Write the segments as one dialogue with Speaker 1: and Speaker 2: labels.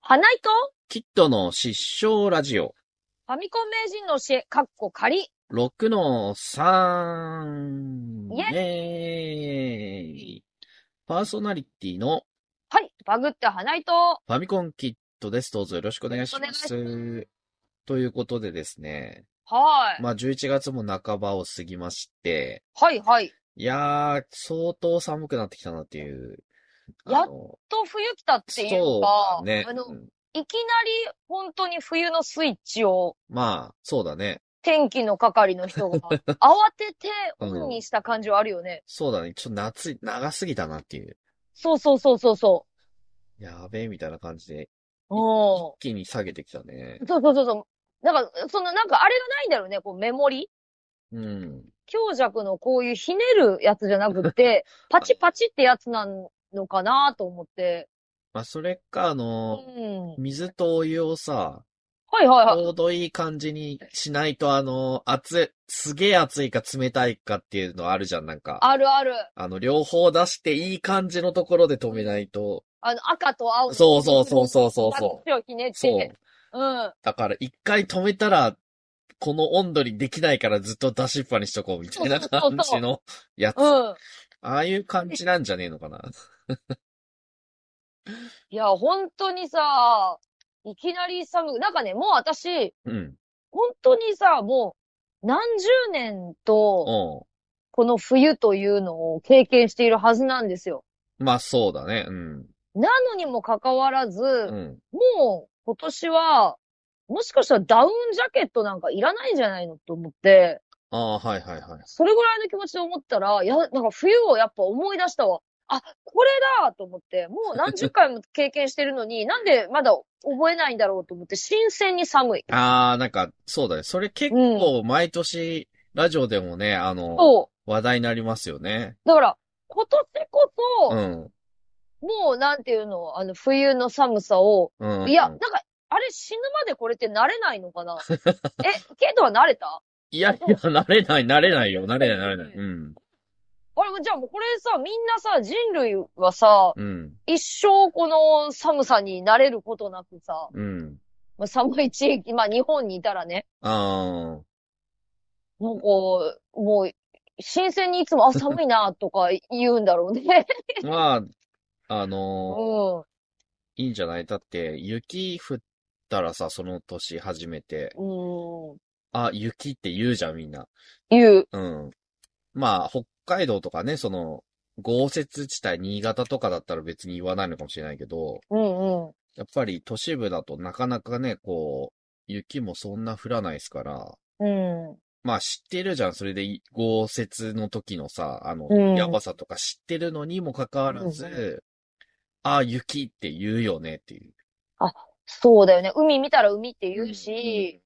Speaker 1: 花糸
Speaker 2: キッドの失笑ラジオ。
Speaker 1: ファミコン名人の教え、かっこ仮。
Speaker 2: 6の3。
Speaker 1: イ
Speaker 2: イエーイパーソナリティの
Speaker 1: はい。バグって花糸。
Speaker 2: ファミコンキッドです。どうぞよろしくお願いします。ということでですね。
Speaker 1: はい。
Speaker 2: まあ、11月も半ばを過ぎまして、
Speaker 1: はいはい。
Speaker 2: いやー、相当寒くなってきたなっていう。
Speaker 1: やっ
Speaker 2: っ
Speaker 1: と冬来たっていう
Speaker 2: そ
Speaker 1: か、
Speaker 2: うだね
Speaker 1: あ。の、
Speaker 2: う
Speaker 1: い
Speaker 2: ん
Speaker 1: きなり本当に冬のスイッチを
Speaker 2: まあ、そうだね。
Speaker 1: 天気の係の 人が慌ててオンにした感じはあるよね。
Speaker 2: そうだね。ちょっと夏、長すぎたなっていう。
Speaker 1: そうそうそうそうそ
Speaker 2: やべえ、みたいな感じで、
Speaker 1: う。うん
Speaker 2: 一。気に下げてきたね。
Speaker 1: そうそうそうそう。なんか、そのなんかあれがないんだろうね、こうメモリ
Speaker 2: うん。
Speaker 1: 強弱のこういうひねるやつじゃなくて、パチパチってやつなのかなと思って。
Speaker 2: まあ、それか、あ
Speaker 1: う
Speaker 2: の、
Speaker 1: ん。
Speaker 2: 水とお湯をさ、
Speaker 1: はいはい
Speaker 2: ち
Speaker 1: はい。
Speaker 2: ょうどいい感じにしないと、あの、熱い、すげえ熱いか冷たいかっていうのあるじゃん、なんか。
Speaker 1: あるある。
Speaker 2: あの、両方出していい感じのところで止めないと。
Speaker 1: あの、赤と青の。
Speaker 2: そうそうそうそうそうそう。
Speaker 1: う。をひねって。
Speaker 2: そう。
Speaker 1: うん。
Speaker 2: だから、一回止めたら、この温度にできないからずっと出しっぱにしとこうみたいな
Speaker 1: そうそうそうそう
Speaker 2: 感じのやつ。あ
Speaker 1: うん。
Speaker 2: あいう感じなんじゃねえのかな。
Speaker 1: いや、本当にさ、いきなり寒く、なんかね、もう私、
Speaker 2: うん。
Speaker 1: 本当にさ、もう、何十年と、
Speaker 2: う
Speaker 1: この冬というのを経験しているはずなんですよ。
Speaker 2: ん。まあ、そうだね。うん。
Speaker 1: なのにもかかわらず、
Speaker 2: うん。
Speaker 1: もう、今年は、もしかしたらダウンジャケットなんかいらないんじゃないのと思って、
Speaker 2: ああー、はいはいはい。
Speaker 1: それぐらいの気持ちで思ったら、いや、なんか冬をやっぱ思い出したわ。あ、これだと思って、もう何十回も経験してるのに、 なんでまだ覚えないんだろうと思って、新鮮に寒い。
Speaker 2: ああ、なんか、そうだね。それ結構毎年、ラジオでもね、あの、
Speaker 1: そ
Speaker 2: 話題になりますよね。
Speaker 1: う。だから、今年こ
Speaker 2: う
Speaker 1: そ、
Speaker 2: ん。
Speaker 1: もうなんていうの、あの、冬の寒さを、
Speaker 2: うん。
Speaker 1: いや、なんか、あれ死ぬまでこれって慣れないのか なえ、ケイトは慣れた
Speaker 2: いやいや、慣れない、慣れないよ。慣れない、慣れない。うん。
Speaker 1: あれ、じゃあもうこれさ、みんなさ、人類はさ、
Speaker 2: うん。
Speaker 1: 一生この寒さに慣れることなくさ、
Speaker 2: うん。
Speaker 1: まあ寒い地域、まあ日本にいたらね、
Speaker 2: あ
Speaker 1: もうこう、もう、新鮮にいつも、 あ、寒いな、とか言うんだろうね。
Speaker 2: あ、まあ、あ
Speaker 1: う
Speaker 2: の
Speaker 1: ん。
Speaker 2: いいんじゃないだって、雪降ったらさ、その年初めて、
Speaker 1: うん。
Speaker 2: あ、雪って言うじゃん、みんな。
Speaker 1: 言う。
Speaker 2: うん。まあ、北海道とかね、その、豪雪地帯、新潟とかだったら別に言わないのかもしれないけど、
Speaker 1: うんうん。
Speaker 2: やっぱり都市部だとなかなかね、こう、雪もそんな降らないですから、
Speaker 1: うん。
Speaker 2: まあ知ってるじゃん、それでい豪雪の時のさ、あの
Speaker 1: うん、
Speaker 2: やばさとか知ってるのにもかかわらず、ああ、雪って言うよねっていう。
Speaker 1: そうだよね。海見たら海って言うし、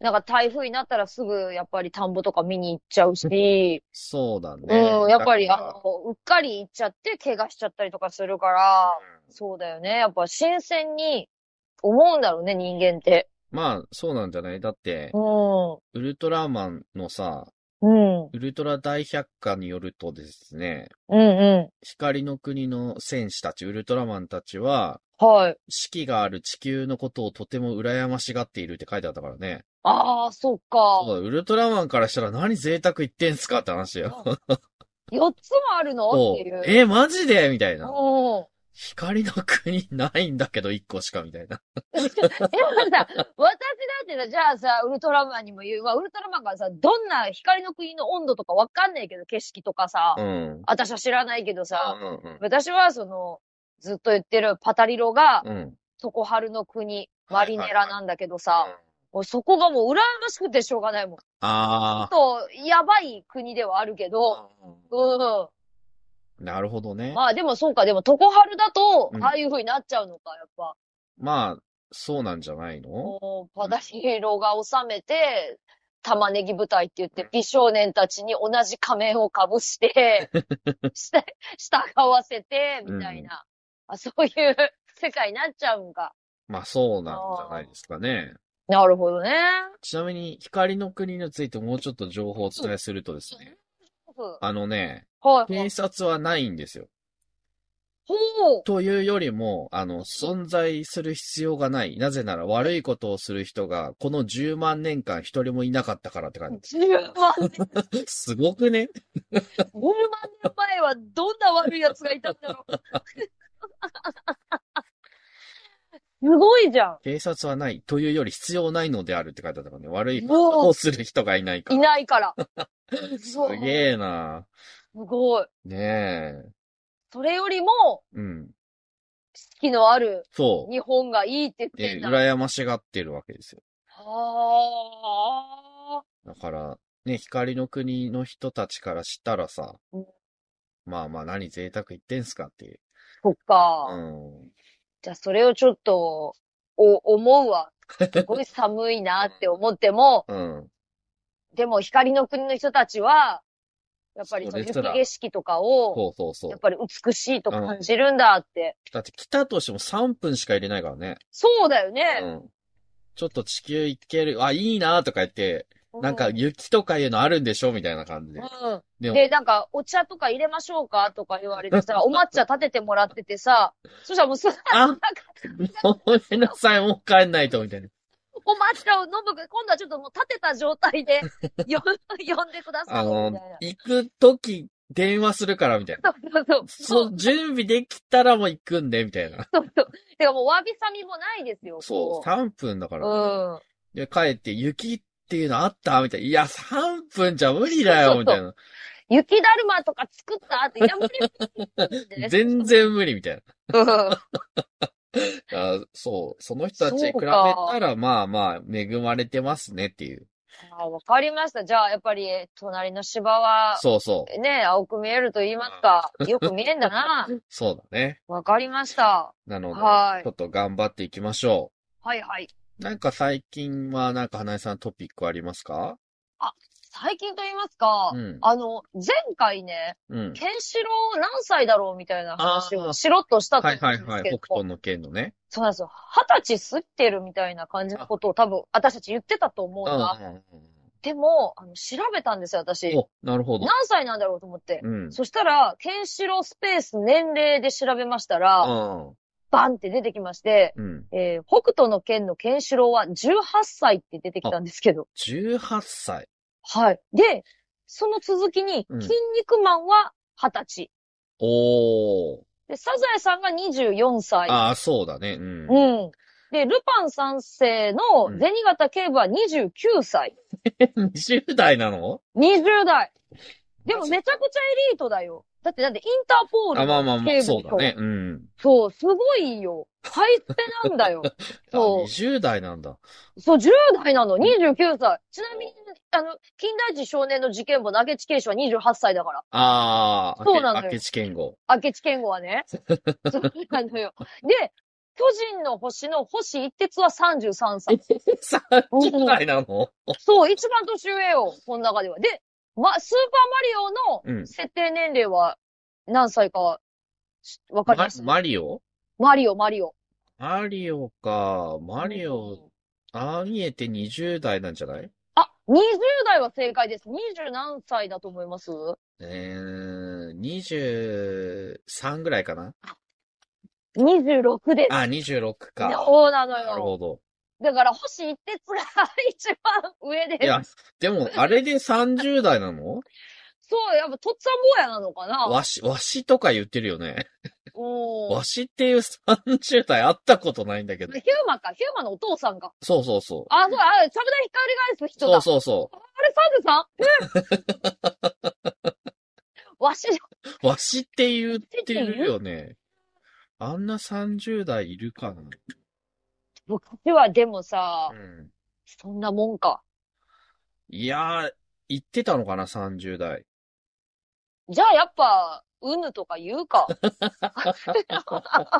Speaker 1: なんか台風になったらすぐやっぱり田んぼとか見に行っちゃうし、
Speaker 2: そうだ ね。
Speaker 1: うん、やっぱり
Speaker 2: だ
Speaker 1: あ
Speaker 2: から
Speaker 1: の、うっかり行っちゃって怪我しちゃったりとかするから、そうだよね。やっぱ新鮮に思うんだろうね、人間って。
Speaker 2: まあ、そうなんじゃないだって
Speaker 1: う、ん。
Speaker 2: ウルトラマンのさ、
Speaker 1: うん。
Speaker 2: ウルトラ大百科によるとですね、
Speaker 1: うんう
Speaker 2: 光の国の戦士たち、ウルトラマンたちは、
Speaker 1: ん。はい。
Speaker 2: 四季がある地球のことをとても羨ましがっているって書いてあったからね。
Speaker 1: ああ、そっか
Speaker 2: そう。だ、ウルトラマンからしたら何贅沢言ってんすかって話だよ。
Speaker 1: 四つもあるのっ
Speaker 2: そ
Speaker 1: ていうう。。
Speaker 2: え、マジでみたいな。
Speaker 1: うん。
Speaker 2: 光の国ないんだけど一個しかみたいな。
Speaker 1: でもさ、私だってさ、じゃあさ、ウルトラマンにも言う。まあ、ウルトラマンがさ、どんな光の国の温度とかわかんないけど、景色とかさ、
Speaker 2: うん。
Speaker 1: 私は知らないけどさ、
Speaker 2: うん
Speaker 1: 私はその、ずっと言ってるパタリロが、
Speaker 2: うん。うん。
Speaker 1: そこ春の国、
Speaker 2: は
Speaker 1: マ
Speaker 2: いはいはい
Speaker 1: リネラなんだけどさ、もうそこがもう羨ましくてしょうがないもん。ちょっ
Speaker 2: あ
Speaker 1: と、やばい国ではあるけど、
Speaker 2: あ。
Speaker 1: うん。
Speaker 2: なるほどね。
Speaker 1: まあでもそうか、でも、常春だと
Speaker 2: う、ん
Speaker 1: ああいう風になっちゃうのか、やっぱ。
Speaker 2: まあ、そうなんじゃないの
Speaker 1: もう、パダヒロが収めて、玉ねぎ舞台って言って、美少年たちに同じ仮面をかぶ して、した従わせて、みたいな、あ。そういう世界になっちゃうんか。
Speaker 2: まあ、そうなんじゃないですかね。
Speaker 1: なるほどね。
Speaker 2: ちなみに、光の国についてもうちょっと情報をお伝えするとですね。
Speaker 1: うん
Speaker 2: あのね、
Speaker 1: はい。
Speaker 2: 警察はないんですよ。
Speaker 1: ほう。
Speaker 2: というよりも、あの、存在する必要がない。なぜなら悪いことをする人が、この10万年間一人もいなかったからって感
Speaker 1: 10万年、
Speaker 2: じ。すごくね
Speaker 1: 10万年前はどんな悪い奴がいたんだ ろう。すごいじゃん。
Speaker 2: 警察はない。というより必要ないのであるって書いてあったからね。悪いこと
Speaker 1: も
Speaker 2: をする人がいないか
Speaker 1: う、い
Speaker 2: ら。
Speaker 1: ない から。
Speaker 2: す
Speaker 1: すごい。す
Speaker 2: げえな
Speaker 1: ごい。
Speaker 2: ねえ。
Speaker 1: それよりも、
Speaker 2: うん。
Speaker 1: 四季のある
Speaker 2: そう。
Speaker 1: 日本がいいって言って
Speaker 2: で、
Speaker 1: んだ。
Speaker 2: 羨ましがってるわけですよ。
Speaker 1: はあ。
Speaker 2: だから、ね、光の国の人たちからしたらさ
Speaker 1: うん、
Speaker 2: まあまあ何贅沢言ってんすかっていう。
Speaker 1: そっか。
Speaker 2: うん。
Speaker 1: じゃあそれをちょっと、お、思うわ。すごい寒いなって思って も、
Speaker 2: うん。
Speaker 1: でも光の国の人たちは、やっぱりその
Speaker 2: そ
Speaker 1: 雪
Speaker 2: うですら
Speaker 1: 景色とかを、
Speaker 2: そうそうそ
Speaker 1: や
Speaker 2: う
Speaker 1: っ。ぱり美しいと感じるんだって。
Speaker 2: だって来たとしても3分しか入れないからね。
Speaker 1: そうだよ
Speaker 2: う
Speaker 1: ね。
Speaker 2: ん。ちょっと地球行ける、あ、いいなとか言って、なんか
Speaker 1: うん、
Speaker 2: 雪とかいうのあるんでしょみたいな感じで。
Speaker 1: うん
Speaker 2: でも
Speaker 1: で、なんか、お茶とか入れましょうかとか言われて さ、お抹茶立ててもらっててさ、そしたらもうす、
Speaker 2: あ、ごめんなさい、もう帰んないと、みたいな。
Speaker 1: お抹茶を飲む、今度はちょっともう立てた状態 で、よ、呼んでくださ
Speaker 2: あ
Speaker 1: い。みたい
Speaker 2: の
Speaker 1: な。、
Speaker 2: 行くとき、電話するから、みたいな。
Speaker 1: そうそうそ。
Speaker 2: そうう、準備できたらもう行くんで、みたいな。
Speaker 1: そうそう。てかもう、わびさみもないですよ。
Speaker 2: そ
Speaker 1: も
Speaker 2: う、3分だか
Speaker 1: う
Speaker 2: ら。
Speaker 1: うん。
Speaker 2: で、帰って、雪っていうのあったみたいな。いや、3分じゃ無理だよ、みたいな。
Speaker 1: 雪だるまとか作ったって、いや無理
Speaker 2: 全。然無理、みたいな。
Speaker 1: うん
Speaker 2: あそう、その人たちに比べた
Speaker 1: そう
Speaker 2: ら、まあまあ、恵まれてますねっていう。
Speaker 1: あわかりました。じゃあ、やっぱり、隣の芝は、
Speaker 2: そうそ
Speaker 1: ね、青く見えると言いますか。よく見えんだな。
Speaker 2: う、そうだね。
Speaker 1: わかりました。
Speaker 2: なので、
Speaker 1: はい
Speaker 2: ちょっと頑張っていきましょ
Speaker 1: はいはい。
Speaker 2: う。なんか最近は、なんか花井さんトピックありますか
Speaker 1: 最近と言いますか、
Speaker 2: うん
Speaker 1: あの、前回ね、
Speaker 2: うん。
Speaker 1: ケンシロウ何歳だろうみたいな話
Speaker 2: あー
Speaker 1: をしろっとしたと
Speaker 2: は
Speaker 1: 思
Speaker 2: い
Speaker 1: うん
Speaker 2: は
Speaker 1: ですけ
Speaker 2: い
Speaker 1: ど、
Speaker 2: はい。北斗の剣のね。
Speaker 1: そうなんですよ。二十歳過ぎてるみたいな感じのことを多分私たち言ってたと思う
Speaker 2: うんう
Speaker 1: な。
Speaker 2: んうん
Speaker 1: でも、あの、調べたんですよ、
Speaker 2: うん。
Speaker 1: 私。
Speaker 2: お、なるほど。
Speaker 1: 何歳なんだろうと思って。
Speaker 2: うん。うん。
Speaker 1: そしたら、ケンシロウスペース年齢で調べましたら、バンって出てきまして、
Speaker 2: うん。
Speaker 1: えー北斗の剣のケンシロウは18歳って出てきたんですけど。
Speaker 2: 18歳。
Speaker 1: はい。で、その続きに、
Speaker 2: うん
Speaker 1: 筋肉マンは20歳。
Speaker 2: おー。
Speaker 1: で、サザエさんが24歳。
Speaker 2: ああ、そうだね。うん。
Speaker 1: うん。で、ルパン三世の
Speaker 2: うん
Speaker 1: 銭形警部は29歳。
Speaker 2: 20代なの
Speaker 1: 20代。でもめちゃくちゃエリートだよ。だってだってインターポール
Speaker 2: あ、まあまあま
Speaker 1: 警
Speaker 2: あ、
Speaker 1: 部
Speaker 2: そう
Speaker 1: と
Speaker 2: だね。うん。
Speaker 1: そう、すごいよ。ハイスペなんだ よ。
Speaker 2: あ
Speaker 1: そう
Speaker 2: 20代なんだ。
Speaker 1: そう、10代なの、29歳。ちなみに、あの、近代一少年の事件簿、投げ地警視は28歳だから。
Speaker 2: ああ、
Speaker 1: そうなのよ
Speaker 2: 明智 健吾。
Speaker 1: 明智健吾は ね。そうなのよ。で、巨人の星の星一徹は33歳。
Speaker 2: 30代なの
Speaker 1: そう、一番年上よ、この中では。で、ま、スーパーマリオ
Speaker 2: うん
Speaker 1: の。設定年齢は何歳かはしわかり
Speaker 2: ま
Speaker 1: ます
Speaker 2: マリオ
Speaker 1: マリオ、マリオ。
Speaker 2: マリオか。マリオ、ああ見えて20代なんじゃない
Speaker 1: あ、20代は正解です。20何歳だと思います
Speaker 2: えー、23ぐらいかな
Speaker 1: ?26 です。
Speaker 2: あ、26か。
Speaker 1: そうなの
Speaker 2: なる
Speaker 1: よ。
Speaker 2: ほど。
Speaker 1: だから、星一徹が一番上で
Speaker 2: い
Speaker 1: す。
Speaker 2: や、でも、あれで30代なの
Speaker 1: そう、やっぱ、とっつぁん坊やなのかな
Speaker 2: わし、わしとか言ってるよね。
Speaker 1: うん。
Speaker 2: わしっていう30代会ったことないんだけど
Speaker 1: ヒュ。ーマか、ヒューマのお父さんか。
Speaker 2: そうそうそう。
Speaker 1: あ、そう、あ、ちゃぶ台ひっくり返す人
Speaker 2: そ
Speaker 1: だ。
Speaker 2: うそうそ
Speaker 1: あれ、サンズ さんわし、
Speaker 2: う。わしって言ってるよね。あんな30代いるかな
Speaker 1: 昔はでもさ
Speaker 2: う、ん。
Speaker 1: そんなもんか。
Speaker 2: いやー、言ってたのかな、30代。
Speaker 1: じゃあやっぱ、うぬとか言うか。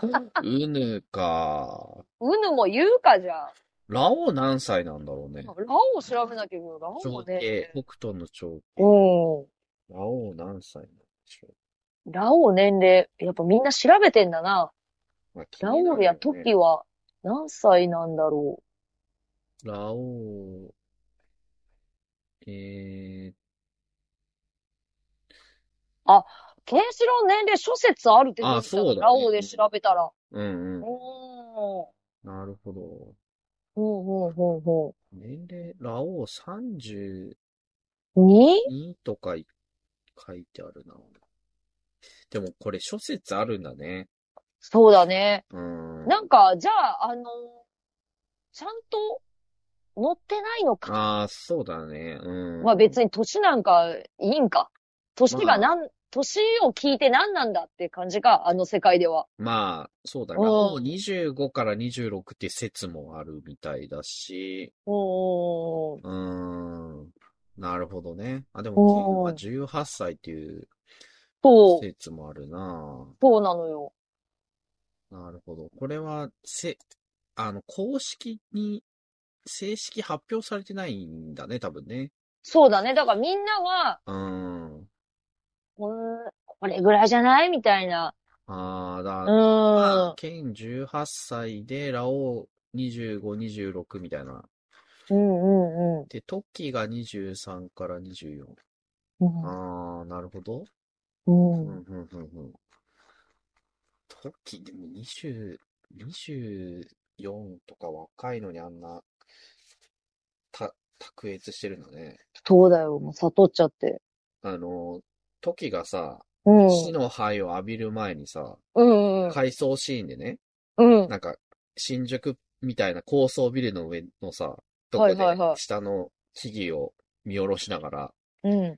Speaker 2: うぬか。
Speaker 1: うぬも言うかじゃあ。
Speaker 2: ラオ何歳なんだろうね。
Speaker 1: ラオを調べなきゃいけない。ラオ
Speaker 2: 長
Speaker 1: も
Speaker 2: 兄
Speaker 1: ね、。
Speaker 2: 北斗の長
Speaker 1: うん。
Speaker 2: 兄。ラオ何歳なんでしょ
Speaker 1: ラオ年齢、やっぱみんな調べてんだな。
Speaker 2: う。まあ気に
Speaker 1: ラ
Speaker 2: なるよね
Speaker 1: オやトキは何歳なんだろ
Speaker 2: ラオウ、えー、
Speaker 1: ケンシロウ年齢諸説あるって
Speaker 2: あそうだね
Speaker 1: ラオウで調べたら。
Speaker 2: うん
Speaker 1: う
Speaker 2: うん。
Speaker 1: ん。
Speaker 2: なるほど。
Speaker 1: うん、うん、うん、う
Speaker 2: 年齢、ラオウ32
Speaker 1: ん。に
Speaker 2: とかい書いてあるな。でもこれ諸説あるんだね。
Speaker 1: そうだね。
Speaker 2: うん。
Speaker 1: なんか、じゃあ、あの、ちゃんと乗ってないのか。
Speaker 2: ああ、そうだね。うん。
Speaker 1: まあ別に年なんかいいんか。年がなん、年を聞いて何なんだって感じか、あの世界では。
Speaker 2: まあ、そうだね。
Speaker 1: うん
Speaker 2: ラオウ25から26って説もあるみたいだし、
Speaker 1: うーん。
Speaker 2: うーん。なるほどね。あ、で
Speaker 1: う
Speaker 2: も、
Speaker 1: ん
Speaker 2: 18歳っていう
Speaker 1: そう、
Speaker 2: 説もあるな
Speaker 1: そうなのよ。
Speaker 2: なるほど。これは、せ、あの、公式に、正式発表されてないんだね、多分ね。
Speaker 1: そうだね。だからみんなは、
Speaker 2: うーん。
Speaker 1: こんこれぐらいじゃないみたいな。
Speaker 2: ああ、だ
Speaker 1: う、
Speaker 2: まあ
Speaker 1: ー
Speaker 2: 県18歳で、ラオウ25、26みたいな。
Speaker 1: ん。うんうん
Speaker 2: で、トッキーが23から24。
Speaker 1: うん。
Speaker 2: ああ、なるほど。
Speaker 1: うん
Speaker 2: うん、うん、うん、うん。トッキーでも20、24とか若いのにあんな、た、卓越してるんだね。
Speaker 1: そうだよ。もう悟っちゃって。
Speaker 2: あの、トキがさ、
Speaker 1: うん。
Speaker 2: 死の灰を浴びる前にさ、
Speaker 1: うんうん。
Speaker 2: 回想シーンでね、
Speaker 1: うん。
Speaker 2: なんか、新宿みたいな高層ビルの上のさ、とこで
Speaker 1: はいはいはい
Speaker 2: 下の木々を見下ろしながら、
Speaker 1: うん。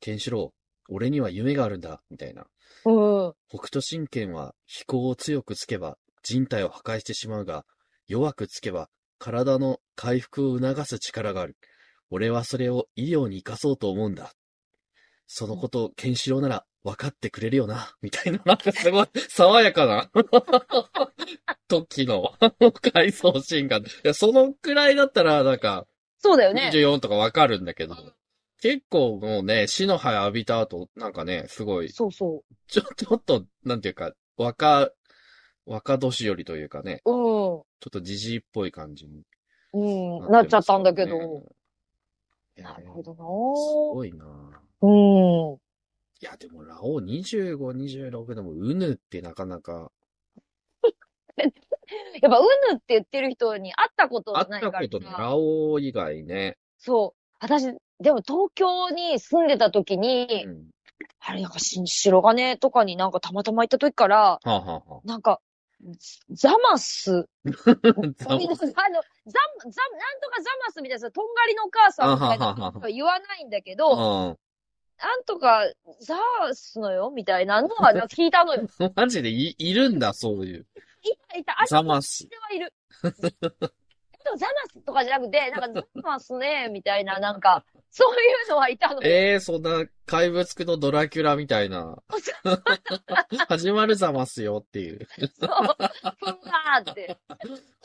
Speaker 2: ケンシロウ、俺には夢があるんだ、みたいな。
Speaker 1: うん。
Speaker 2: 北斗神拳は飛行を強くつけば人体を破壊してしまうが、弱くつけば体の回復を促す力がある。俺はそれを医療に生かそうと思うんだ。そのことをケンシロウなら分かってくれるよな、みたいな、なんかすごい爽やかな 時の回想シーンが。いや、そのくらいだったら、なんか、
Speaker 1: そうだよね。
Speaker 2: 24とか分かるんだけど、結構もうね、死の灰浴びた後、なんかね、すごい
Speaker 1: そうそ
Speaker 2: ちょ、ちょっと、なんていうか、若、若年寄りというかね、
Speaker 1: う。
Speaker 2: ちょっとじじいっぽい感じに
Speaker 1: うん。うん。
Speaker 2: な
Speaker 1: な
Speaker 2: っ
Speaker 1: ってちゃ
Speaker 2: ま
Speaker 1: っ
Speaker 2: すよ
Speaker 1: た
Speaker 2: ね
Speaker 1: んだけど。。
Speaker 2: いや
Speaker 1: なるほどな
Speaker 2: す
Speaker 1: ぁ
Speaker 2: ごいな
Speaker 1: うん。
Speaker 2: いや、でも、ラオウ25、26でも、うぬってなかなか、
Speaker 1: やっぱ、うぬって言ってる人に会ったこと
Speaker 2: 会っ
Speaker 1: ない
Speaker 2: た
Speaker 1: か
Speaker 2: ことない。
Speaker 1: らさ。
Speaker 2: ラオウ以外ね。
Speaker 1: そう。私、でも東京に住んでた時
Speaker 2: う
Speaker 1: に、
Speaker 2: ん。
Speaker 1: あれ、なんか、し白金とかになんかたまたま行った時から、
Speaker 2: はあ、はあは
Speaker 1: なんか、ザマス。
Speaker 2: あ、
Speaker 1: あの、ザム、ザム、なんとかザマスみたいな、とんがりのお母さんみたい
Speaker 2: あはは
Speaker 1: な
Speaker 2: は
Speaker 1: ことは言わないんだけど、
Speaker 2: うん
Speaker 1: なんとかザースのよみたいなの はなんか聞いたのよ。い
Speaker 2: マジでい、いるんだ、そういう。
Speaker 1: た、いた、あれ
Speaker 2: ざます。
Speaker 1: はいる。でもザマスとかじゃなくて、なんかザマスね、みたいな、なんか、そういうのはいたのよ。
Speaker 2: ええー、そんな、怪物区のドラキュラみたいな。 始まるざますよっていう。
Speaker 1: そう。ふんわーって。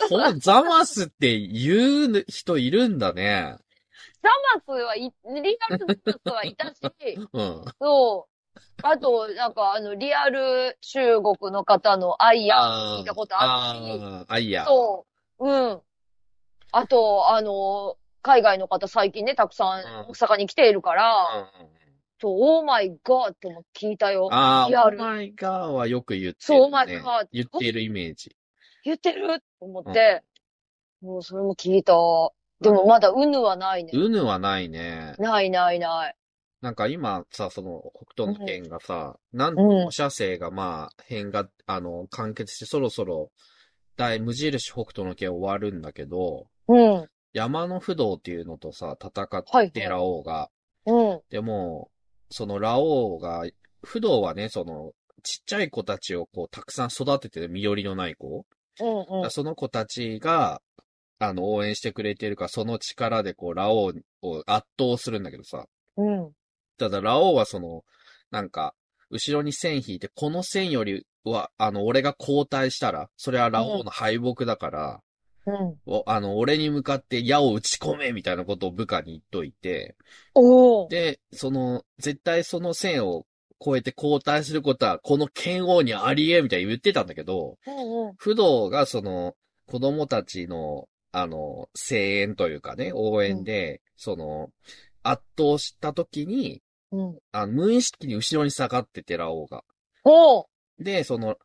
Speaker 2: このザマスって言う人いるんだね。
Speaker 1: ザマスはい、リアルザマスはいたし、
Speaker 2: うん。
Speaker 1: そう。あと、なんか、あの、リアル中国の方のアイヤー聞いたことあるし、
Speaker 2: あーあ、いや。
Speaker 1: そう。うん。あと、あの、海外の方最近ね、たくさん
Speaker 2: うん
Speaker 1: 大阪に来ているか
Speaker 2: うん
Speaker 1: ら、
Speaker 2: うん
Speaker 1: そう、オーマイガーっても聞いたよ。
Speaker 2: あ
Speaker 1: リ
Speaker 2: あ、
Speaker 1: ア
Speaker 2: オー
Speaker 1: ル
Speaker 2: マイガーはよく言ってる、ね。
Speaker 1: そう Oh my God
Speaker 2: 言ってるイメージ。
Speaker 1: 言ってるって思って、もうそれも聞いた。でもまだうぬはないね。
Speaker 2: うぬはないね。
Speaker 1: ないないない。
Speaker 2: なんか今さ、その北斗の剣がさ、なん
Speaker 1: う
Speaker 2: と
Speaker 1: ん
Speaker 2: 社生がまあ、編が、あの、完結してそろそろ、大無印北斗の剣終わるんだけど、
Speaker 1: うん。
Speaker 2: 山の不動っていうのとさ、戦
Speaker 1: は
Speaker 2: っ
Speaker 1: い
Speaker 2: てラオウが、
Speaker 1: うん。
Speaker 2: でも、そのラオウが、不動はね、その、ちっちゃい子たちをこう、たくさん育ててる、身寄りのない子。
Speaker 1: うん。うん。
Speaker 2: その子たちが、あの、応援してくれてるから、その力でこう、ラオウを圧倒するんだけどさ。
Speaker 1: うん。
Speaker 2: ただ、ラオウはその、なんか、後ろに線引いて、この線よりは、あの、俺が交代したら、それはラオウの敗北だから、
Speaker 1: うん。
Speaker 2: おあの、俺に向かって矢を打ち込めみたいなことを部下に言っといて、
Speaker 1: おー。
Speaker 2: で、その、絶対その線を越えて交代することは、この剣王にありえ、みたいに言ってたんだけど、
Speaker 1: うんうん。
Speaker 2: 不動がその、子供たちの、あの、声援というかね、応援で、その、圧倒した時に、
Speaker 1: うん。
Speaker 2: あの無意識に後ろに下がってて、ラオウが。
Speaker 1: おう
Speaker 2: で、その、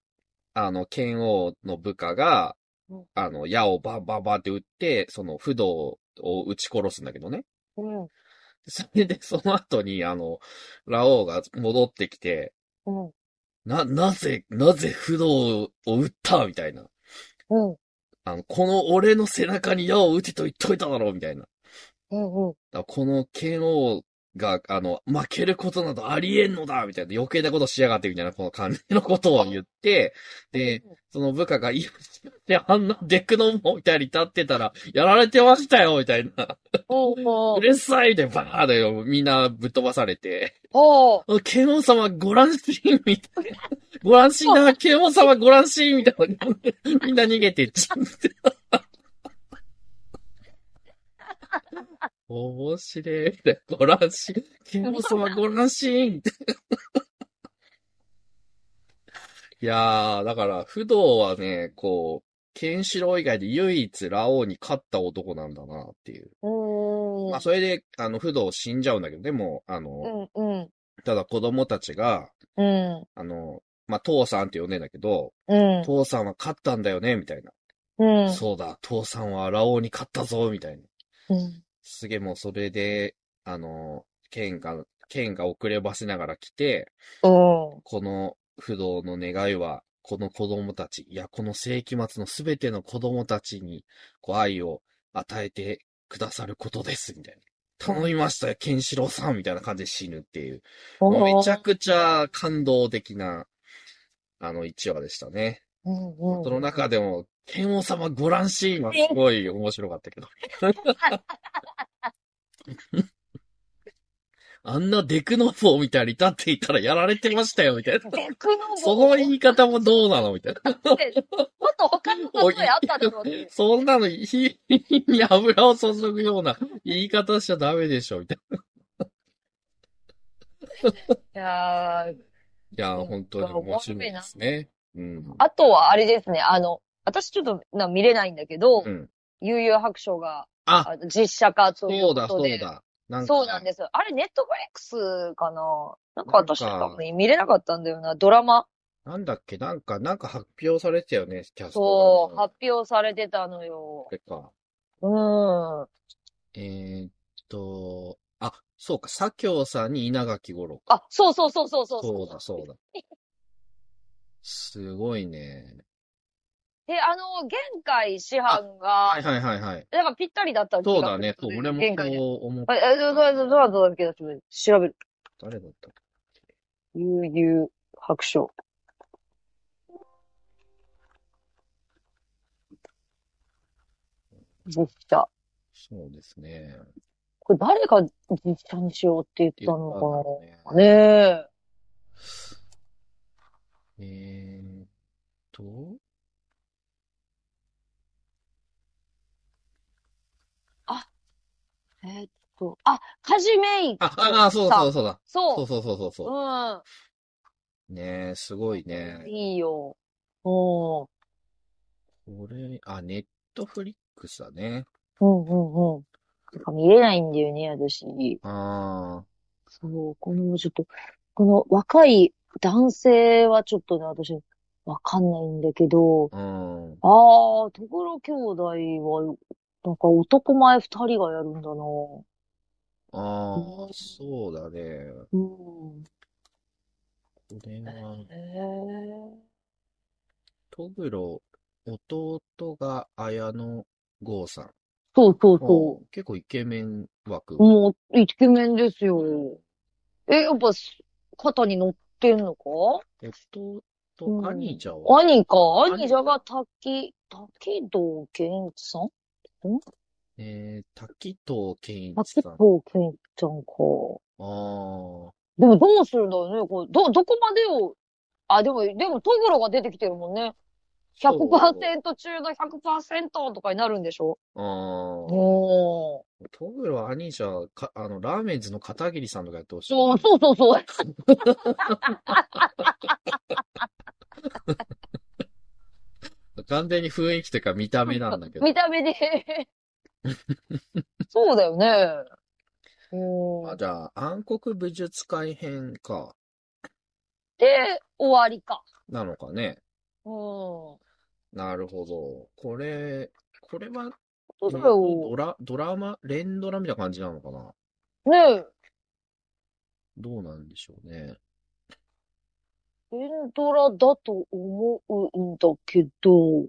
Speaker 2: あの、剣王の部下が
Speaker 1: うん、
Speaker 2: あの、矢をバンバンバンって撃って、その、不動を撃ち殺すんだけどね。
Speaker 1: うん。
Speaker 2: それで、その後に、あの、ラオウが戻ってきて、
Speaker 1: うん。
Speaker 2: な、なぜ、なぜ不動を撃ったみたいな。
Speaker 1: うん。
Speaker 2: あの、この俺の背中に矢を撃てと言っといただろうみたいな。
Speaker 1: うん。うん。
Speaker 2: だからこの剣王が、あの、負けることなどありえんのだみたいな。余計なことしやがってみたいな、この感じのことを言って、で、その部下が、いや、で、あんなデクノモみたいに立ってたら、やられてましたよみたいな。
Speaker 1: おうお
Speaker 2: う
Speaker 1: う
Speaker 2: るさいで、バーでよ、みんなぶっ飛ばされて。
Speaker 1: おう
Speaker 2: 剣王様ご乱心みたいな。ご乱心だ、剣王様ご乱心みたいな。みんな逃げてっちゃって。面白い。みたいなご乱心。剣王様ご乱心いやー、だから、不動はね、こう、ケンシロウ以外で唯一ラオウに勝った男なんだなっていう。
Speaker 1: うーん
Speaker 2: まあ、それで、あの、不動死んじゃうんだけどね、もう、あの、
Speaker 1: うん。
Speaker 2: ただ子供たちが、
Speaker 1: うん。
Speaker 2: あの、まあ、父さんって呼んでんだけど、
Speaker 1: うん。
Speaker 2: 父さんは勝ったんだよね、みたいな。
Speaker 1: うん。
Speaker 2: そうだ、父さんはラオウに勝ったぞ、みたいな。
Speaker 1: うん。
Speaker 2: すげえもうそれで、あの、剣が、剣が遅ればせながら来て、
Speaker 1: うん。
Speaker 2: この不動の願いは、この子供たち、いや、この世紀末のすべての子供たちに、こう、愛を与えてくださることです、みたいな。頼みましたよ、ケンシロウさんみたいな感じで死ぬっていう。もうめちゃくちゃ感動的な、あの、一話でしたね。
Speaker 1: うん
Speaker 2: そ
Speaker 1: うん。
Speaker 2: の中でも、剣王様ご覧シーンはすごい面白かった けど。あんなデクノフォーみたいに立っていたらやられてましたよ、みたいな。
Speaker 1: デクノボ
Speaker 2: その言い方もどうなのみたいな。
Speaker 1: って、もっと他の例えあっただろうっていう。
Speaker 2: そんなの、火に油を注ぐような言い方しちゃダメでしょ、みたい
Speaker 1: いやー
Speaker 2: な。いや、本当に面白いですね。うん。
Speaker 1: あとはあれですね、あの、私ちょっとな見れないんだけど、
Speaker 2: うん。
Speaker 1: 悠々白書が
Speaker 2: あ、
Speaker 1: あの実写化という
Speaker 2: そう
Speaker 1: こ
Speaker 2: だ、
Speaker 1: と
Speaker 2: そ
Speaker 1: で
Speaker 2: う。だ。なか
Speaker 1: そうなんです。あれ、ネットフレックスかななんか私
Speaker 2: なんか
Speaker 1: 多分見れなかったんだよな。ドラマ。
Speaker 2: なんだっけ、なんか、なんか発表されてたよね、キャスト
Speaker 1: そう、
Speaker 2: が
Speaker 1: 発表されてたのよ
Speaker 2: こ。れか。
Speaker 1: うん。あ、
Speaker 2: えーっと、あ、そうか、左京さんに稲垣吾郎か。
Speaker 1: そうそうそうそうそう。
Speaker 2: そうだ、そうだ。すごいね。
Speaker 1: で、あの、玄海師範
Speaker 2: はい
Speaker 1: が、
Speaker 2: はいはいはい。
Speaker 1: なんかぴったりだった気が
Speaker 2: そうだね、
Speaker 1: す
Speaker 2: そ
Speaker 1: る
Speaker 2: う、俺も
Speaker 1: 玄海で。
Speaker 2: そう思っ
Speaker 1: あえ、どうだ、どうだ、どうだっけど、ちょっと調べる。
Speaker 2: た。誰だったっけ
Speaker 1: 悠々白書。実写。
Speaker 2: そうですね。
Speaker 1: これ誰が実写にしようって言
Speaker 2: 言
Speaker 1: っ
Speaker 2: った
Speaker 1: たのかな
Speaker 2: か
Speaker 1: ねえ。
Speaker 2: えーっと、
Speaker 1: えーっと、あ、カジメイ。
Speaker 2: あ、あ、あ、そうだ、そうだ、そうだ。
Speaker 1: そ
Speaker 2: そうう。そうそうそうそうう。ねえ、すごいね
Speaker 1: ん。。いいよ。うん。
Speaker 2: これ、あ、ネットフリックスだね。
Speaker 1: うんうんうん。なんか見れないんだよね、私。
Speaker 2: あ
Speaker 1: そう、このちょっと、この若い男性はちょっとね、私、わかんないんだけど、
Speaker 2: あ、うん。
Speaker 1: あー、ところ兄弟は、なんか男前二人がやるんだな。う
Speaker 2: ああ
Speaker 1: ん、
Speaker 2: そうだね。
Speaker 1: うん。
Speaker 2: これは、
Speaker 1: へえ。
Speaker 2: トグロ、弟が綾野剛さん。
Speaker 1: そうそうそう。
Speaker 2: 結構イケメン枠。
Speaker 1: もう、イケメンですよ。え、やっぱ、肩に乗ってんのか
Speaker 2: 弟、
Speaker 1: うん
Speaker 2: 兄ちゃんは、
Speaker 1: 兄か。
Speaker 2: 兄
Speaker 1: 兄じゃが滝、滝堂健一さん
Speaker 2: えー、滝藤健一
Speaker 1: 滝
Speaker 2: さん。あ
Speaker 1: 堂健一ちゃんか。
Speaker 2: あー、
Speaker 1: でもどうするんだろうね、これ。ど、どこまでを、あ、でも、でも、トグロが出てきてるもんね。100%中の100%とかになるんでしょ
Speaker 2: ああ、
Speaker 1: おー。
Speaker 2: トグロ兄ちゃん、か、あの、ラーメンズの片桐さんとかやってほしい。
Speaker 1: そうそうそうそう。
Speaker 2: 完全に雰囲気というか見た目なんだけど。
Speaker 1: 見た目で。そうだよね。えうん
Speaker 2: あ、じゃあ、暗黒武術会編か。
Speaker 1: で、終わりか。
Speaker 2: なのかね。
Speaker 1: うん。そ
Speaker 2: なるほど。これ、これは、
Speaker 1: うだ
Speaker 2: ド
Speaker 1: よ。
Speaker 2: ラ、ドラマ、連ドラみたいな感じなのかな
Speaker 1: ねえ、
Speaker 2: どうなんでしょうね。
Speaker 1: エンドラだと思うんだけど、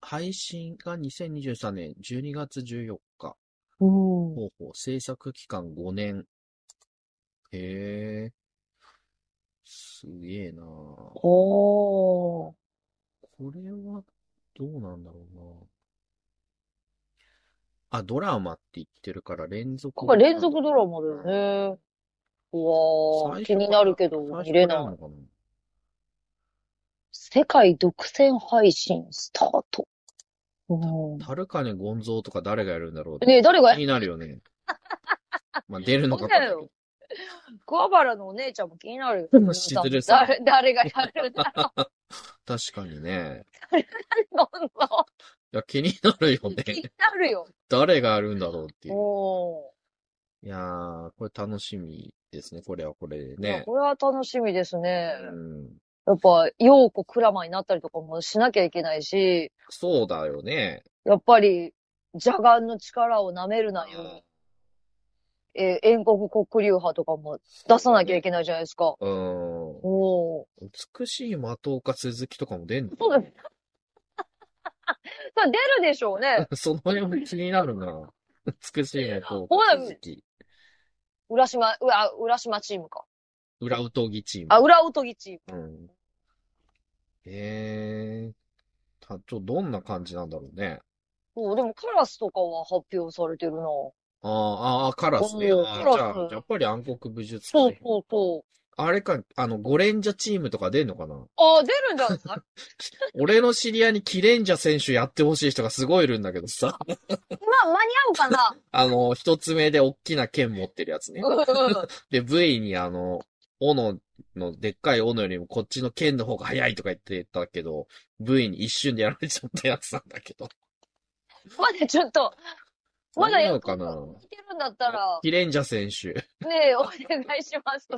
Speaker 2: 配信が2023年12月14日。
Speaker 1: うん。
Speaker 2: ほうほう、制作期間5年。へえ。すげえなこ
Speaker 1: ああ。
Speaker 2: れは、どうなんだろうなあ、ドラマって言ってるから連続。
Speaker 1: これ連続ドラマだよね。うわー、
Speaker 2: 最初か
Speaker 1: 気
Speaker 2: ら
Speaker 1: になるけど、
Speaker 2: 最初
Speaker 1: 見れ
Speaker 2: から
Speaker 1: ない。
Speaker 2: あるのかな
Speaker 1: 世界独占配信スタート。うん。
Speaker 2: タルカネゴンゾーとか誰がやるんだろうって
Speaker 1: ねえ、誰が
Speaker 2: 気になるよね。 まあ、出るのか
Speaker 1: そうだよ。桑原のお姉ちゃんも気になるよ。
Speaker 2: しずるさん
Speaker 1: 誰、誰がやるんだろ
Speaker 2: 確かにね。
Speaker 1: う。ど
Speaker 2: いや、気になるよ
Speaker 1: んどん 気に
Speaker 2: ね。
Speaker 1: なるよ。
Speaker 2: 誰がやるんだろうっていう。
Speaker 1: お
Speaker 2: いやー、これ楽しみですね。これはこれで
Speaker 1: ー。まあ
Speaker 2: ね。
Speaker 1: これは楽しみですね。
Speaker 2: うん。
Speaker 1: やっぱ、陽子クラマになったりとかもしなきゃいけないし、
Speaker 2: そうだよね。
Speaker 1: やっぱり、邪眼の力を舐めるなよ。えー、遠国黒竜派とかも出さなきゃいけないじゃないですか。
Speaker 2: うん。
Speaker 1: おお。
Speaker 2: 美しい的岡鈴木とかも出んの
Speaker 1: そう だ。さあ出るでしょうね。
Speaker 2: その辺も気になるな。美しい的
Speaker 1: ほ
Speaker 2: 岡
Speaker 1: ら
Speaker 2: 鈴木。
Speaker 1: 浦島、うわ、浦島チームか。
Speaker 2: 裏ウトギチーム。
Speaker 1: あ、裏おとぎチーム。
Speaker 2: うん。ええー。た、ちょ、どんな感じなんだろうね。
Speaker 1: そう、でもカラスとかは発表されてるな。
Speaker 2: あーあー、カラスね。
Speaker 1: うん
Speaker 2: あ
Speaker 1: カ
Speaker 2: ー
Speaker 1: ラス
Speaker 2: じゃあ、やっぱり暗黒武術
Speaker 1: そう
Speaker 2: 会。
Speaker 1: そうそう。
Speaker 2: あれか、あの、ゴレンジャチームとか出んのかな
Speaker 1: あ、出るんじ ゃない
Speaker 2: 俺の知り合いにキレンジャ選手やってほしい人がすごいいるんだけ どさ。
Speaker 1: まあ、間に合うかな。
Speaker 2: あの、一つ目で大きな剣持ってるやつね。
Speaker 1: うん
Speaker 2: で、V にあの、斧の、でっかい斧よりもこっちの剣の方が早いとか言ってたけど、V に一瞬でやられちゃったやつなんだけど。
Speaker 1: まだちょっと、まだ
Speaker 2: 間に
Speaker 1: や
Speaker 2: 合
Speaker 1: っ
Speaker 2: うかな
Speaker 1: 見てるんだったら、
Speaker 2: キレンジャ選手。
Speaker 1: ねえ、お願いします。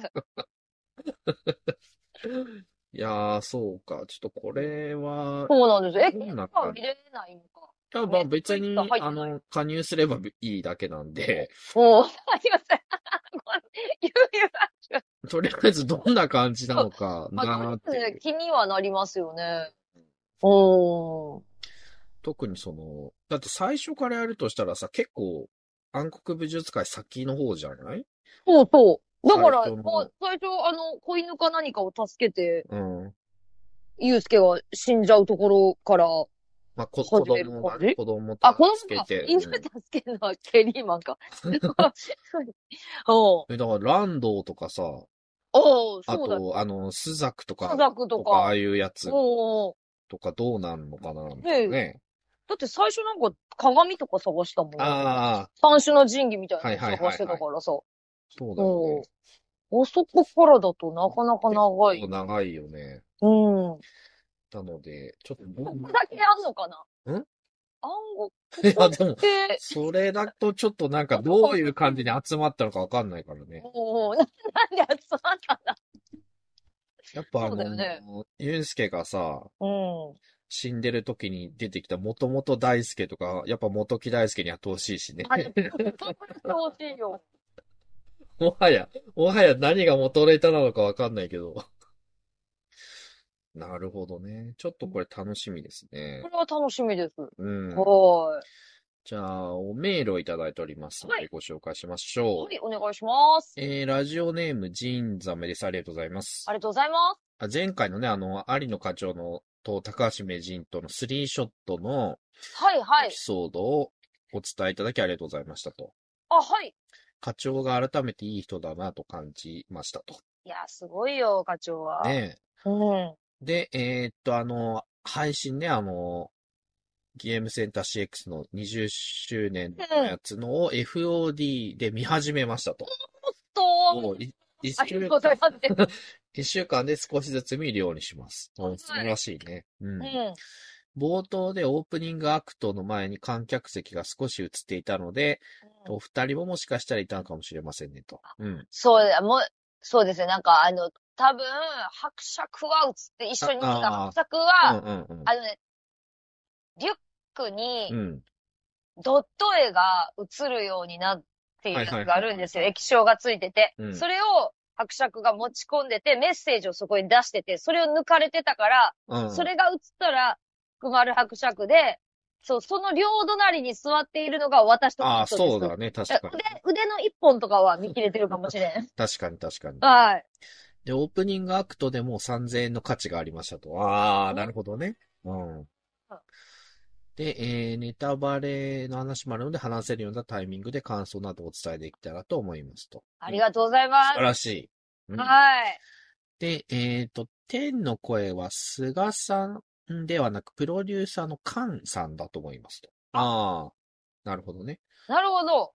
Speaker 2: いやー、そうか。ちょっとこれは、
Speaker 1: そうなんです。え、
Speaker 2: どん
Speaker 1: 今
Speaker 2: な感じ
Speaker 1: 見れないのか。
Speaker 2: 多分別に、
Speaker 1: 入ってない
Speaker 2: あの、加入すればいいだけなんで、
Speaker 1: おお、 すいません。ごめんゆうゆう
Speaker 2: とりあえずどんな感じなのか
Speaker 1: ま
Speaker 2: なー
Speaker 1: あ
Speaker 2: っていう。
Speaker 1: 気にはなりますよね。おー。
Speaker 2: 特にその、だって最初からやるとしたらさ、結構、暗黒武術界先の方じゃない
Speaker 1: そうそう。だから、
Speaker 2: 最初の
Speaker 1: まあ最初、あの、子犬か何かを助けて、
Speaker 2: うん。
Speaker 1: ゆうすけが死んじゃうところから、
Speaker 2: まあ、こ子
Speaker 1: 始める
Speaker 2: 供が
Speaker 1: 感じ
Speaker 2: 子供
Speaker 1: あ、この
Speaker 2: つ
Speaker 1: 子
Speaker 2: け
Speaker 1: か。
Speaker 2: て。
Speaker 1: 犬助けるのはケリーマン か。おう
Speaker 2: うんえだから、ランドーとかさ、
Speaker 1: おう
Speaker 2: あ
Speaker 1: そうだ。
Speaker 2: と、あの、スザクと
Speaker 1: ス
Speaker 2: か、
Speaker 1: ザクと
Speaker 2: とか、あ
Speaker 1: か
Speaker 2: あ。いうやつ
Speaker 1: おうおう
Speaker 2: とかどうなるのかな
Speaker 1: ええ
Speaker 2: ね。
Speaker 1: だって最初なんか鏡とか探したもん。
Speaker 2: ああ、
Speaker 1: 三種の神器みたいな
Speaker 2: はいは
Speaker 1: の
Speaker 2: いはい
Speaker 1: 探
Speaker 2: はい
Speaker 1: してたからさ。
Speaker 2: そうだよ
Speaker 1: お
Speaker 2: ね
Speaker 1: う。あそこからだとなかなか長い。
Speaker 2: 結構長いよね。
Speaker 1: うん。
Speaker 2: なので、ちょっと
Speaker 1: こ
Speaker 2: 僕
Speaker 1: こだけあんのかなん暗号
Speaker 2: いや、でも、
Speaker 1: って、
Speaker 2: それだとちょっとな んかどういう感じに集まったのかわかんないからね。
Speaker 1: もう、ななんで集まったんだ
Speaker 2: やっぱあ
Speaker 1: そう
Speaker 2: の、
Speaker 1: だよね
Speaker 2: ユンスケがさ、
Speaker 1: うん。
Speaker 2: 死んでる時に出てきた元々大輔とか、やっぱ元木大輔にはってほしいしね。
Speaker 1: あれ、本当に欲しいよ。
Speaker 2: もはや、もはや何が元ネタなのかわかんないけど。 なるほどね。ちょっとこれ楽しみですね
Speaker 1: こ。れは楽しみです。
Speaker 2: うん。
Speaker 1: は
Speaker 2: じゃあ、おメールをいただいておりますの
Speaker 1: は
Speaker 2: でご紹介しましょう。
Speaker 1: い。はい、お願いします。
Speaker 2: えー、ラジオネーム、ジーンザメです。ありがとうございます
Speaker 1: あ。りがとうございます。
Speaker 2: あ前回のね、あの、有野課長のと高橋名人とのスリーショットの
Speaker 1: はい、は
Speaker 2: エ
Speaker 1: い
Speaker 2: ピ。ソードをお伝えいただきありがとうございましたと。
Speaker 1: あ、はい。
Speaker 2: 課長が改めていい人だなと感じましたと。
Speaker 1: いや、すごいよ、課長は。
Speaker 2: ねえ。
Speaker 1: うん。
Speaker 2: で、えーっと、あの、配信ね、あの、ゲームセンター CX の20周年のやつのを FOD で見始めましたと。も
Speaker 1: と、
Speaker 2: うい一
Speaker 1: あり
Speaker 2: 週
Speaker 1: がとうござ います。
Speaker 2: 一週間で少しずつ見るようにします。
Speaker 1: は
Speaker 2: お
Speaker 1: い
Speaker 2: 素晴らしいね。う。
Speaker 1: うんん。
Speaker 2: 冒頭でオープニングアクトの前に観客席が少し映っていたので、
Speaker 1: うん
Speaker 2: お二人ももしかしたらいたのかもしれませんねと。うん。
Speaker 1: そうだ、もう、そうですね。なんか、あの、多分、伯爵は映って、一緒に見
Speaker 2: あ
Speaker 1: た
Speaker 2: あ
Speaker 1: 伯
Speaker 2: あ
Speaker 1: 爵
Speaker 2: う
Speaker 1: は、
Speaker 2: んうんうん
Speaker 1: あのね、リュックに
Speaker 2: うん。
Speaker 1: ドット絵が映るようになっているやつがあるんですよ。液晶がついてて
Speaker 2: う。ん
Speaker 1: それを伯爵が持ち込んでて、メッセージをそこに出してて、それを抜かれてたから、
Speaker 2: うん。
Speaker 1: それが映ったら、福丸伯爵で、そう、その両隣に座っているのが私と
Speaker 2: ああ、
Speaker 1: 夫です
Speaker 2: そうだね。確かに。
Speaker 1: え腕、腕の一本とかは見切れてるかもしれ ん。
Speaker 2: 確かに確かに。
Speaker 1: はい。
Speaker 2: で、オープニングアクトでもう3000円の価値がありましたと。ああ、なるほどね。うん。で、えーネタバレの話もあるので、話せるようなタイミングで感想などをお伝えできたらと思いますと。
Speaker 1: ありがとうございま
Speaker 2: 素
Speaker 1: す
Speaker 2: 晴。らしい。うん
Speaker 1: はい。
Speaker 2: で、えっ、と、天の声は菅さんではなく、プロデューサーの菅さんだと思いますと。ああ、なるほどね。
Speaker 1: なるほど。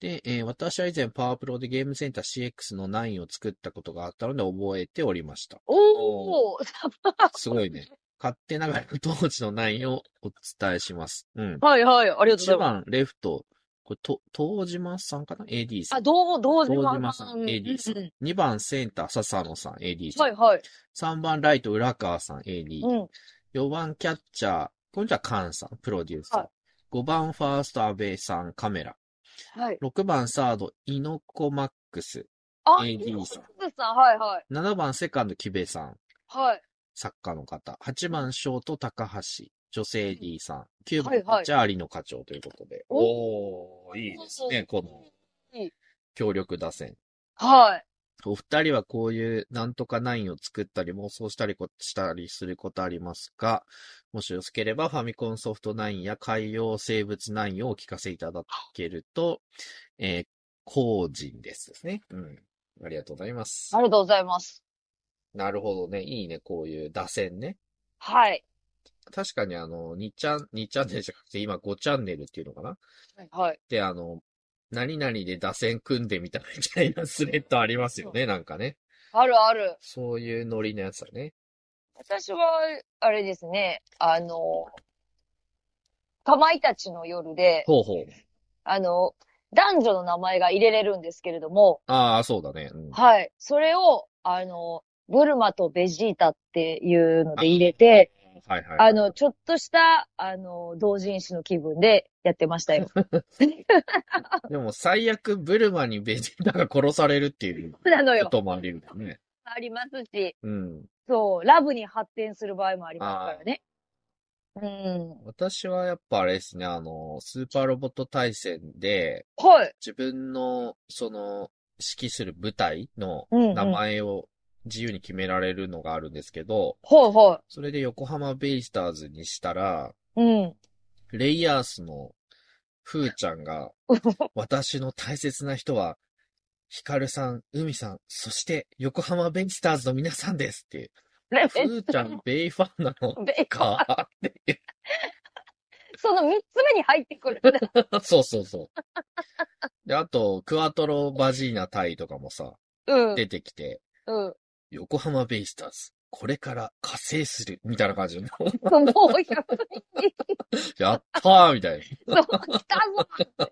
Speaker 2: で、えー私は以前パワープロでゲームセンター CX の9を作ったことがあったので覚えておりました。
Speaker 1: おお。
Speaker 2: すごいね。勝手ながら当時の9をお伝えします。うん。
Speaker 1: はいはい。ありがとうござ
Speaker 2: 1
Speaker 1: います。
Speaker 2: 番、レフト。これ、と、東島さんかな ?AD さ
Speaker 1: あ、
Speaker 2: ん。
Speaker 1: どう、どう
Speaker 2: 堂島さん
Speaker 1: うん
Speaker 2: AD さ
Speaker 1: うんうん
Speaker 2: 2番、センター、笹野さん、AD さん。
Speaker 1: はいはい。
Speaker 2: 3番、ライト、浦川さん、AD。
Speaker 1: うん。
Speaker 2: 4番、キャッチャー。こんにちは、カンさん、プロデューサー。
Speaker 1: はい
Speaker 2: 5番、ファースト、安倍さん、カメラ。
Speaker 1: はい。
Speaker 2: 6番、サード、イノコマックス。
Speaker 1: あ、
Speaker 2: AD さん
Speaker 1: ん。さん、はいはい。
Speaker 2: 7番、セカンド、木部さん。
Speaker 1: はい。
Speaker 2: 作家の方。8番、ショート、高橋。女性 D さん。9
Speaker 1: はいは
Speaker 2: 番、
Speaker 1: い
Speaker 2: ジャーリの課長ということで。おー、いいですね、この協力打線。
Speaker 1: はい。
Speaker 2: お二人はこういうなんとかナインを作ったり妄想したりこしたりすることありますが、もしよろしければファミコンソフトナインや海洋生物ナインをお聞かせいただけると、えー、個人ですですね。うん。ありがとうございます
Speaker 1: あ。りがとうございます。
Speaker 2: なるほどね。いいね、こういう打線ね。
Speaker 1: はい。
Speaker 2: 確かにあの、2チャン、2チャンネルじゃなくて、今5チャンネルっていうのかな
Speaker 1: はい。
Speaker 2: で、あの、何々で打線組んでみたみたいなスレッドありますよね、なんかね。
Speaker 1: あるある。
Speaker 2: そういうノリのやつだね。
Speaker 1: 私は、あれですね、あの、かまいたちの夜で、
Speaker 2: ほうほう。
Speaker 1: あの、男女の名前が入れれるんですけれども、
Speaker 2: ああ、そうだね。うん。
Speaker 1: はい。それを、あの、ブルマとベジータっていうので入れて、
Speaker 2: はいはい。
Speaker 1: あの、ちょっとした、あの、同人誌の気分でやってました よ。
Speaker 2: でも最悪、ブルマにベジータが殺されるっていうこ
Speaker 1: なのよ。
Speaker 2: ともあり得るよね。
Speaker 1: ありますし、
Speaker 2: うん。
Speaker 1: そう、ラブに発展する場合もありますからね。うん。
Speaker 2: 私はやっぱあれですね、あの、スーパーロボット対戦で、
Speaker 1: はい。
Speaker 2: 自分の、その、指揮する部隊の
Speaker 1: うん、うん。
Speaker 2: 名
Speaker 1: はい
Speaker 2: 前を自由に決められるのがあるんですけど、
Speaker 1: は
Speaker 2: それで横浜ベイスターズにしたら、
Speaker 1: い。うん。
Speaker 2: レイヤースのふーちゃんが、私の大切な人は、ヒカルさん、海さん、そして横浜ベイスターズの皆さんですっていう。
Speaker 1: レ
Speaker 2: ふーちゃん、ベイファンなの
Speaker 1: ベ
Speaker 2: か
Speaker 1: その三つ目に入ってくる。 はい
Speaker 2: そうそうそう。で、あと、クワトロ・バジーナ隊とかもさ、
Speaker 1: うん。
Speaker 2: 出てきて、
Speaker 1: うん。
Speaker 2: 横浜ベイスターズ、これから加勢する、みたいな感じの。
Speaker 1: もう、やっぱり
Speaker 2: やったーみたい
Speaker 1: そう、来たぞ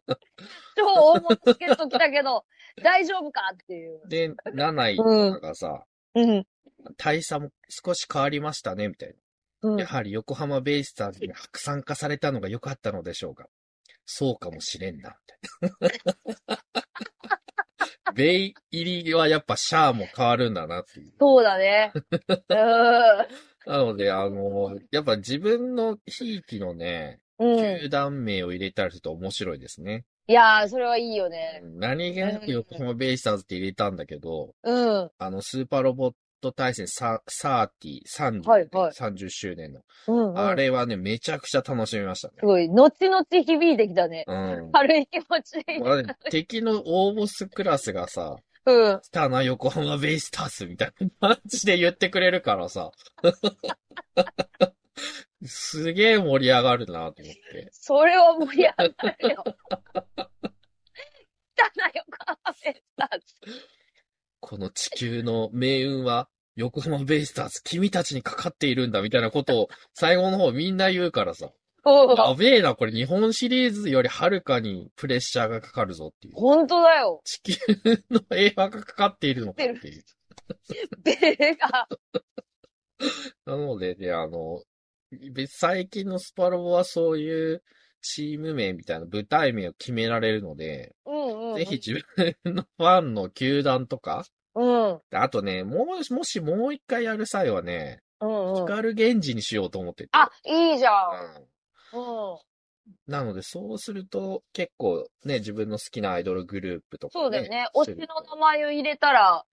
Speaker 1: 超大物チケット来たけど、大丈夫かっていう
Speaker 2: な。。で、7位とかがさ、
Speaker 1: うん。
Speaker 2: 大差も少し変わりましたね、みたい
Speaker 1: うん
Speaker 2: な。やはり横浜ベイスターズに白酸化されたのが良かったのでしょうか。そうかもしれ んな、みたいな。ベイ入りはやっぱシャアも変わるんだなっていう。
Speaker 1: そうだ ね。
Speaker 2: なので、あの、やっぱ自分のひいきのね、
Speaker 1: うん。うん。
Speaker 2: 球団名を入れたりすると面白いですね。
Speaker 1: いやー、それはいいよね。
Speaker 2: 何気なく横浜ベイスターズって入れたんだけど、
Speaker 1: うん。
Speaker 2: あの、スーパーロボット対戦ササーティ、30、
Speaker 1: はいはい
Speaker 2: 30周年の。
Speaker 1: うん、うん。
Speaker 2: あれはね、めちゃくちゃ楽しみましたね。
Speaker 1: すごい、後々響いてきたね。
Speaker 2: うん。
Speaker 1: 軽い気持ちで。
Speaker 2: まあね敵の大ボスクラスがさ、
Speaker 1: うん。
Speaker 2: 来たな、横浜ベイスターズみたいな感じで言ってくれるからさ。すげえ盛り上がるなと思って。
Speaker 1: それは盛り上がるよ。汚いよ、カーペンターズ。
Speaker 2: この地球の命運は横浜ベイスターズ、君たちにかかっているんだ、みたいなことを、最後の方みんな言うからさ。
Speaker 1: お
Speaker 2: や
Speaker 1: う
Speaker 2: べえな、これ日本シリーズよりはるかにプレッシャーがかかるぞっていう。
Speaker 1: 本当だよ。
Speaker 2: 地球の平和がかかっているのかっていう。
Speaker 1: ベガ。
Speaker 2: なので、ね、あの、別最近のスパロボはそういうチーム名みたいな舞台名を決められるので、
Speaker 1: うんうん。
Speaker 2: ぜひ。自分のファンの球団とか、
Speaker 1: うん。うん
Speaker 2: あとね、もう、もしもう一回やる際はね、
Speaker 1: うん。
Speaker 2: 光源氏にしようと思ってて。
Speaker 1: あ、いいじゃん。
Speaker 2: うん
Speaker 1: うん。
Speaker 2: なので、そうすると、結構ね、自分の好きなアイドルグループとか、
Speaker 1: そうだよね。推
Speaker 2: す
Speaker 1: し
Speaker 2: ると
Speaker 1: の名前を入れたら、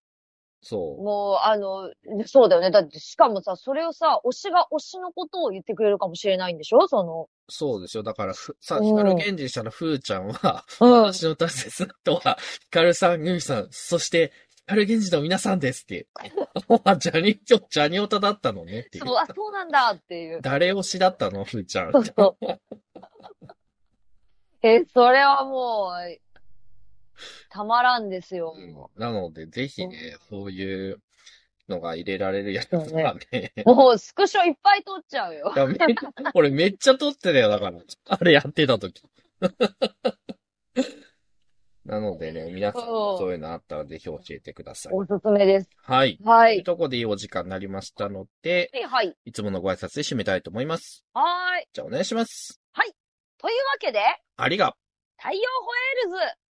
Speaker 2: そう。
Speaker 1: もう、あの、そうだよね。だって、しかもさ、それをさ、推しが推しのことを言ってくれるかもしれないんでしょその。
Speaker 2: そうですよ。だから、ふさ、
Speaker 1: うん
Speaker 2: 光源氏したら、ふーちゃんは、
Speaker 1: うん。
Speaker 2: 私の大切な人は、光さん、ゆみさん、そして、光源氏の皆さんですって。 あ、ジャニー、ジャニオタだったのねっていう
Speaker 1: そう、あ、そうなんだっていう。
Speaker 2: 誰推しだったのふーちゃん。
Speaker 1: そうそう。 え、それはもう、たまらんですよ。
Speaker 2: うんなので、ぜひね、そういうのが入れられるやつ
Speaker 1: そうね
Speaker 2: はね。
Speaker 1: もう、スクショいっぱい撮っちゃうよ
Speaker 2: い。やめ俺めっちゃ撮ってたよ、だから。あれやってた時。 なのでね、皆さんもそういうのあったらぜひ教えてください。
Speaker 1: おすすめです。
Speaker 2: はい。
Speaker 1: は
Speaker 2: という
Speaker 1: い。
Speaker 2: とこでいいお時間になりましたので、
Speaker 1: はい。
Speaker 2: いつものご挨拶で締めたいと思います。
Speaker 1: はーい。
Speaker 2: じゃあお願いします。
Speaker 1: というわけで、
Speaker 2: ありが
Speaker 1: 太陽ホエールズ